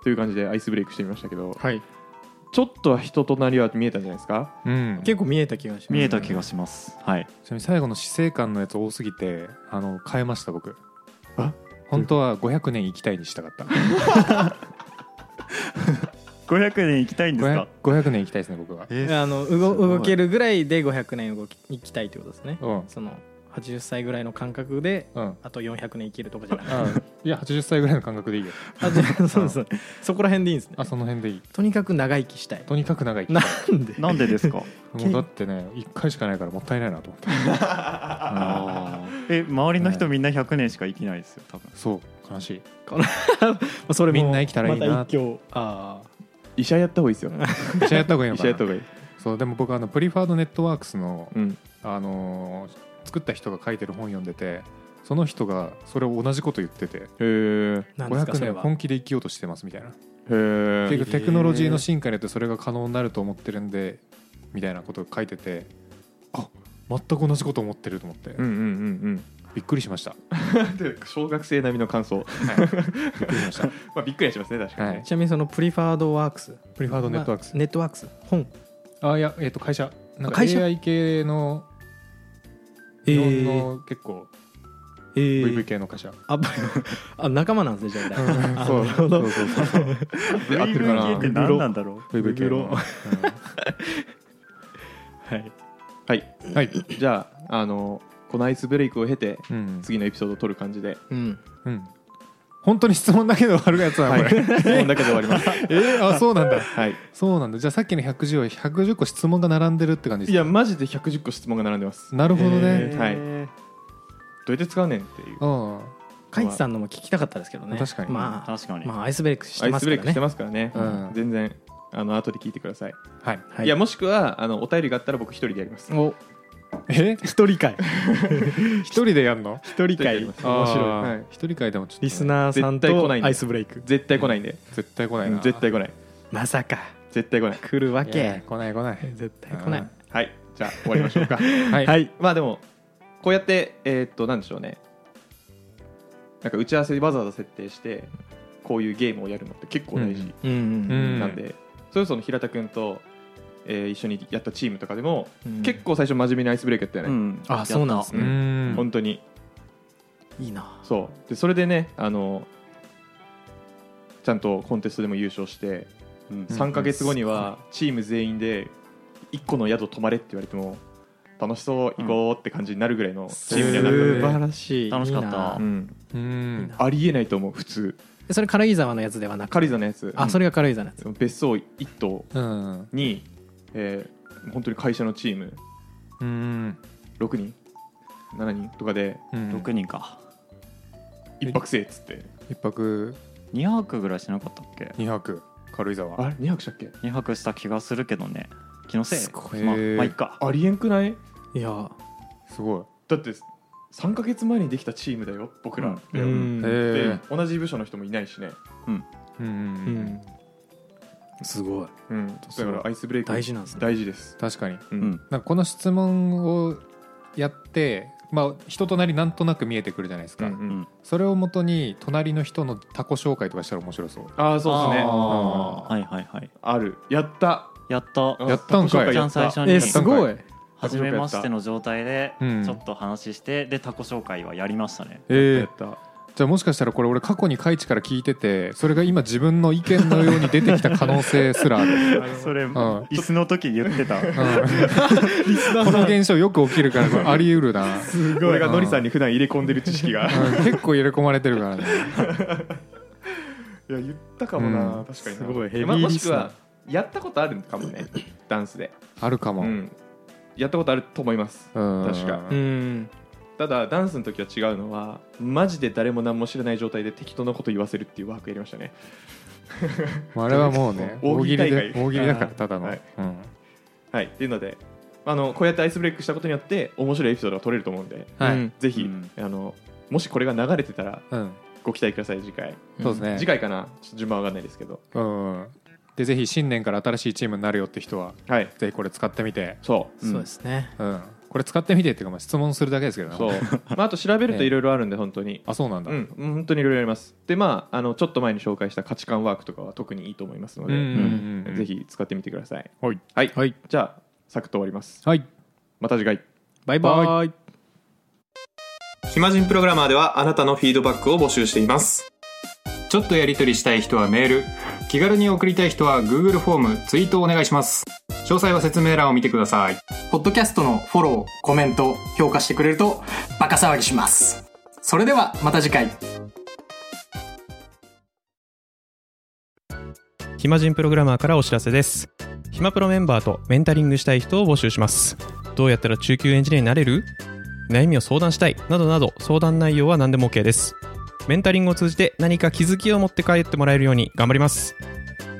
[SPEAKER 1] という感じでアイスブレイクしてみましたけど
[SPEAKER 2] はい
[SPEAKER 1] ちょっとは人となりは見えたんじゃないですか
[SPEAKER 3] うん、
[SPEAKER 2] 結構見えた気がします
[SPEAKER 4] 見えた気がしますはい
[SPEAKER 3] ちなみに最後の死生観のやつ多すぎてあの変えました僕
[SPEAKER 1] あ
[SPEAKER 3] 本当は500年生きたいにしたかった
[SPEAKER 4] 500年行きたいんです
[SPEAKER 3] 500
[SPEAKER 4] か
[SPEAKER 3] 500年生きたいですね僕は
[SPEAKER 4] え
[SPEAKER 2] あのう
[SPEAKER 4] すごい
[SPEAKER 2] ご動けるぐらいで500年動き行きたいということですね
[SPEAKER 3] うんうん
[SPEAKER 2] その80歳ぐらいの感覚で
[SPEAKER 3] うん
[SPEAKER 2] あと400年生きるとかじゃなくて
[SPEAKER 3] いや80歳ぐらいの感覚でいいよ
[SPEAKER 2] あじゃあ そうそうそこら辺でいいんですね
[SPEAKER 3] あその辺でいい
[SPEAKER 2] とにかく長生きしたい
[SPEAKER 3] とにかく長生き
[SPEAKER 2] なんで
[SPEAKER 4] なんでですか
[SPEAKER 3] もうだってね1回しかないからもったいないなと思ってあ
[SPEAKER 4] あーえ周りの人みんな100年しか生きないですよ多分
[SPEAKER 3] そう悲しい
[SPEAKER 2] それも
[SPEAKER 3] みんな生きたらいいな
[SPEAKER 2] また一挙あ
[SPEAKER 1] 医者やった方がいいですよ
[SPEAKER 3] 医者やった方がいい
[SPEAKER 1] 医
[SPEAKER 3] の
[SPEAKER 1] 者
[SPEAKER 3] か
[SPEAKER 1] やった方
[SPEAKER 3] な
[SPEAKER 1] がいい、
[SPEAKER 3] そうでも僕あのプリファードネットワークスの、
[SPEAKER 1] うん、
[SPEAKER 3] あのー作った人が書いてる本読んでてその人がそれを同じこと言ってて
[SPEAKER 1] へーへ
[SPEAKER 2] なんですか
[SPEAKER 3] 500
[SPEAKER 2] それ
[SPEAKER 3] 年
[SPEAKER 2] は
[SPEAKER 3] 本気で生きようとしてますみたいな
[SPEAKER 1] ー
[SPEAKER 3] 結局テクノロジーの進化によってそれが可能になると思ってるんでみたいなことを書いててあ全く同じこと思ってると思って、
[SPEAKER 1] うんうんうん
[SPEAKER 3] びっくりしました、
[SPEAKER 1] うんで小学生並みの感想
[SPEAKER 3] びっくりしました
[SPEAKER 1] まあびっくりはしますね確かに、ね
[SPEAKER 3] はい
[SPEAKER 2] ちなみにそのプリファードワークス
[SPEAKER 3] プリファードネットワークス、
[SPEAKER 2] まあネットワークス本
[SPEAKER 3] あいや、えっと会社なんか
[SPEAKER 2] 会社
[SPEAKER 3] AI 系の
[SPEAKER 2] え
[SPEAKER 3] 日
[SPEAKER 2] え
[SPEAKER 3] 本の結構
[SPEAKER 2] え
[SPEAKER 3] VV
[SPEAKER 2] ー、
[SPEAKER 3] 系の会社、
[SPEAKER 2] あ あ仲間なんですねじゃああ
[SPEAKER 3] そう
[SPEAKER 2] なるほど
[SPEAKER 3] そうそうそうそう
[SPEAKER 1] で合ってるかな
[SPEAKER 4] VVK って何なんだろ
[SPEAKER 3] VV 系の、
[SPEAKER 2] は
[SPEAKER 1] は
[SPEAKER 2] い
[SPEAKER 1] い
[SPEAKER 3] うんはい、
[SPEAKER 1] じゃああのこのアイスブレイクを経て
[SPEAKER 3] うん
[SPEAKER 1] 次のエピソードを取る感じで、
[SPEAKER 2] うん
[SPEAKER 3] うん、本当に質問だけどあるやつなの
[SPEAKER 1] はい
[SPEAKER 3] これ、、
[SPEAKER 1] 質問だけで終わり ます
[SPEAKER 3] えー あそうなんだ
[SPEAKER 1] はい
[SPEAKER 3] そうなんだじゃあさっきの110は110個質問が並んでるって感じで
[SPEAKER 1] い
[SPEAKER 3] すか
[SPEAKER 1] やマジで110個質問が並んでますど
[SPEAKER 3] なるほどね、
[SPEAKER 4] う
[SPEAKER 1] えはいうやって使うねんっていう
[SPEAKER 3] うん
[SPEAKER 2] カイツさんのも聞きたかったですけどね
[SPEAKER 3] 確かに
[SPEAKER 2] まあ
[SPEAKER 4] 確かに
[SPEAKER 2] まあアイスブレイクし
[SPEAKER 1] ア
[SPEAKER 2] て
[SPEAKER 1] イ
[SPEAKER 2] ま
[SPEAKER 1] ス
[SPEAKER 2] す
[SPEAKER 1] ブ
[SPEAKER 2] か
[SPEAKER 1] レイク
[SPEAKER 2] ら
[SPEAKER 1] して
[SPEAKER 2] ね
[SPEAKER 1] ますからね、
[SPEAKER 3] うん
[SPEAKER 1] 全然あの後で聞いてください、、
[SPEAKER 3] はい
[SPEAKER 2] はい
[SPEAKER 1] やもしくはあのお便りがあったら僕一人でやります
[SPEAKER 2] お
[SPEAKER 3] え
[SPEAKER 2] 一人会
[SPEAKER 3] 一人でやんの
[SPEAKER 2] 一人
[SPEAKER 1] 人でやり
[SPEAKER 2] 会
[SPEAKER 1] ます
[SPEAKER 3] 面
[SPEAKER 1] 面
[SPEAKER 3] 白
[SPEAKER 1] 白い、
[SPEAKER 3] い
[SPEAKER 1] はい、
[SPEAKER 3] 一人会でもちょっとね、
[SPEAKER 2] リスナーさん
[SPEAKER 1] 絶対来
[SPEAKER 2] と
[SPEAKER 1] ないんで
[SPEAKER 2] アイスブレイク
[SPEAKER 1] 絶対来ないんで、
[SPEAKER 3] 絶対来ない
[SPEAKER 1] うん
[SPEAKER 3] な
[SPEAKER 1] 絶対来ない
[SPEAKER 2] まさか
[SPEAKER 1] 絶対来ない
[SPEAKER 2] 来るわ
[SPEAKER 3] いや
[SPEAKER 2] け
[SPEAKER 3] 来ない来ない
[SPEAKER 2] 絶対来な
[SPEAKER 3] うん
[SPEAKER 2] い
[SPEAKER 1] はいじゃあ終わりましょ うか
[SPEAKER 3] はい、
[SPEAKER 2] はい
[SPEAKER 1] まあでもこうやってえーっとなんでしょうねなんか打ち合わせわざわざ設定してこういうゲームをやるのって結構大事
[SPEAKER 2] うんうん
[SPEAKER 3] う
[SPEAKER 1] なんで、それこそ平田君と、えー一緒にやったチームとかでも、
[SPEAKER 2] うん
[SPEAKER 1] 結構最初真面目にアイスブレイクやったよ
[SPEAKER 4] う
[SPEAKER 1] ね、
[SPEAKER 4] ん
[SPEAKER 2] あそうなんです
[SPEAKER 1] う
[SPEAKER 2] ね
[SPEAKER 3] ん
[SPEAKER 1] 本当に
[SPEAKER 2] いいな
[SPEAKER 1] そうでそれでねあのちゃんとコンテストでも優勝して
[SPEAKER 4] うん
[SPEAKER 1] 3か月後にはチーム全員で1個の宿泊まれって言われても楽しそう行こうって感じになるぐらいのチ
[SPEAKER 2] 素
[SPEAKER 1] ームにはなる
[SPEAKER 2] 晴
[SPEAKER 1] ので、
[SPEAKER 2] らしい
[SPEAKER 4] 楽しかった
[SPEAKER 2] いいな
[SPEAKER 1] うん
[SPEAKER 3] うん
[SPEAKER 1] ありえないと思う普通
[SPEAKER 2] でそれ軽井沢のやつではなく
[SPEAKER 1] 軽井沢のやつ
[SPEAKER 2] あそれが軽井沢のやつ
[SPEAKER 1] うん別荘1棟
[SPEAKER 3] うん
[SPEAKER 1] に、えー本当に会社のチーム
[SPEAKER 3] うん
[SPEAKER 1] 6人7人とかで
[SPEAKER 4] 6人か
[SPEAKER 1] 一泊せえっつって
[SPEAKER 3] 一泊
[SPEAKER 4] 2泊ぐらいしなかったっけ
[SPEAKER 3] 二泊軽井沢
[SPEAKER 1] あれ2泊したっけ
[SPEAKER 4] 2泊した気がするけどね気のせい
[SPEAKER 2] すご
[SPEAKER 3] い
[SPEAKER 4] まあ、
[SPEAKER 3] へー
[SPEAKER 4] まあいっか
[SPEAKER 1] ありえんくない
[SPEAKER 2] いや
[SPEAKER 3] すご
[SPEAKER 1] だって3か月前にできたチームだよ僕らって、
[SPEAKER 2] うん
[SPEAKER 3] い
[SPEAKER 2] へ
[SPEAKER 1] で
[SPEAKER 3] え
[SPEAKER 1] 同じ部署の人もいないしね
[SPEAKER 3] うんうんうん
[SPEAKER 2] すごい
[SPEAKER 1] うん、だからアイスブレイク
[SPEAKER 2] 大事なんですね
[SPEAKER 1] 大事です、
[SPEAKER 3] 確かに
[SPEAKER 1] う
[SPEAKER 4] うんん
[SPEAKER 3] なんかこの質問をやって、まあ、人となりなんとなく見えてくるじゃないです
[SPEAKER 1] う
[SPEAKER 3] か、
[SPEAKER 1] んうん
[SPEAKER 3] それをもとに隣の人の他己紹介とかしたら面白そう
[SPEAKER 1] ああそうですね
[SPEAKER 3] あ
[SPEAKER 1] あ
[SPEAKER 4] はいはいはい
[SPEAKER 1] あるやった
[SPEAKER 4] やった
[SPEAKER 1] あ
[SPEAKER 3] やったんか
[SPEAKER 1] 自己紹
[SPEAKER 3] い
[SPEAKER 1] 介
[SPEAKER 4] じゃ
[SPEAKER 1] や
[SPEAKER 4] ん
[SPEAKER 1] っ
[SPEAKER 4] 最
[SPEAKER 1] た
[SPEAKER 4] 初に
[SPEAKER 2] えすごい
[SPEAKER 4] 初めましての状態で
[SPEAKER 3] うん
[SPEAKER 4] ちょっと話してで他己紹介はやりましたね
[SPEAKER 1] や
[SPEAKER 3] え
[SPEAKER 1] った
[SPEAKER 3] じゃあもしかしたらこれ俺過去にカイチから聞いててそれが今自分の意見のように出てきた可能性すらある、
[SPEAKER 4] それ
[SPEAKER 3] ん
[SPEAKER 4] 椅子の時言ってた
[SPEAKER 3] うん、この現象よく起きるからこれあり得るな、
[SPEAKER 1] すごい俺がノリさんに普段入れ込んでる知識 がい
[SPEAKER 3] うん結構入れ込まれてるからね
[SPEAKER 1] や言ったかもな、
[SPEAKER 3] うん
[SPEAKER 1] 確かに
[SPEAKER 2] すごいヘビー
[SPEAKER 1] まあも
[SPEAKER 2] リ
[SPEAKER 1] し
[SPEAKER 2] ス
[SPEAKER 1] く
[SPEAKER 2] ナー
[SPEAKER 1] はやったことあるかもねダンスで、
[SPEAKER 3] あるかも、
[SPEAKER 1] う
[SPEAKER 3] うん
[SPEAKER 1] ん、やったことあると思います確か
[SPEAKER 2] うん
[SPEAKER 1] ただダンスの時は違うのはマジで誰も何も知らない状態で適当なこと言わせるっていうワークやりましたね
[SPEAKER 3] まああれはもうね
[SPEAKER 1] 大喜
[SPEAKER 3] 大喜
[SPEAKER 1] 利大
[SPEAKER 3] 利
[SPEAKER 1] 会
[SPEAKER 3] で大喜利だからただの、
[SPEAKER 1] はい
[SPEAKER 3] うん
[SPEAKER 1] はいっていうのであのこうやってアイスブレイクしたことによって面白いエピソードが取れると思うんで
[SPEAKER 3] はい
[SPEAKER 2] うん
[SPEAKER 1] ぜひ、
[SPEAKER 4] うん
[SPEAKER 1] あのもしこれが流れてたら
[SPEAKER 3] うん、
[SPEAKER 1] ご期待ください次回
[SPEAKER 3] そうですね
[SPEAKER 1] 次回かなちょっと順番わかんないですけど
[SPEAKER 3] うん、でぜひ新年から新しいチームになるよって人は
[SPEAKER 1] はい
[SPEAKER 3] ぜひこれ使ってみて、
[SPEAKER 1] そ
[SPEAKER 4] うん
[SPEAKER 2] そうですね
[SPEAKER 3] うん、これ使ってみてっていうかまあ質問するだけですけど
[SPEAKER 1] う
[SPEAKER 3] ね
[SPEAKER 1] そうまああと調べるといろいろあるんで本当に
[SPEAKER 3] あそうなんだ、
[SPEAKER 1] うんうん本当にいろいろありますでまああのちょっと前に紹介した価値観ワークとかは特にいいと思いますので、
[SPEAKER 3] うんうんうん
[SPEAKER 1] ぜひ使ってみてください
[SPEAKER 3] はい
[SPEAKER 1] はい、
[SPEAKER 2] はい
[SPEAKER 1] じゃあサクッと終わります
[SPEAKER 3] はい
[SPEAKER 1] また次回
[SPEAKER 2] バイバイ
[SPEAKER 1] 暇人プログラマーではあなたのフィードバックを募集しています
[SPEAKER 5] ちょっとやり取りしたい人はメール気軽に送りたい人は Google フォームツイートをお願いします詳細は説明欄を見てください
[SPEAKER 6] ポッドキャストのフォロー、コメント、評価してくれるとバカ騒ぎします。それではまた次回。
[SPEAKER 7] 暇人プログラマーからお知らせです暇プロメンバーとメンタリングしたい人を募集しますどうやったら中級エンジニアになれる悩みを相談したいなどなど相談内容は何でも OK ですメンタリングを通じて何か気づきを持って帰ってもらえるように頑張ります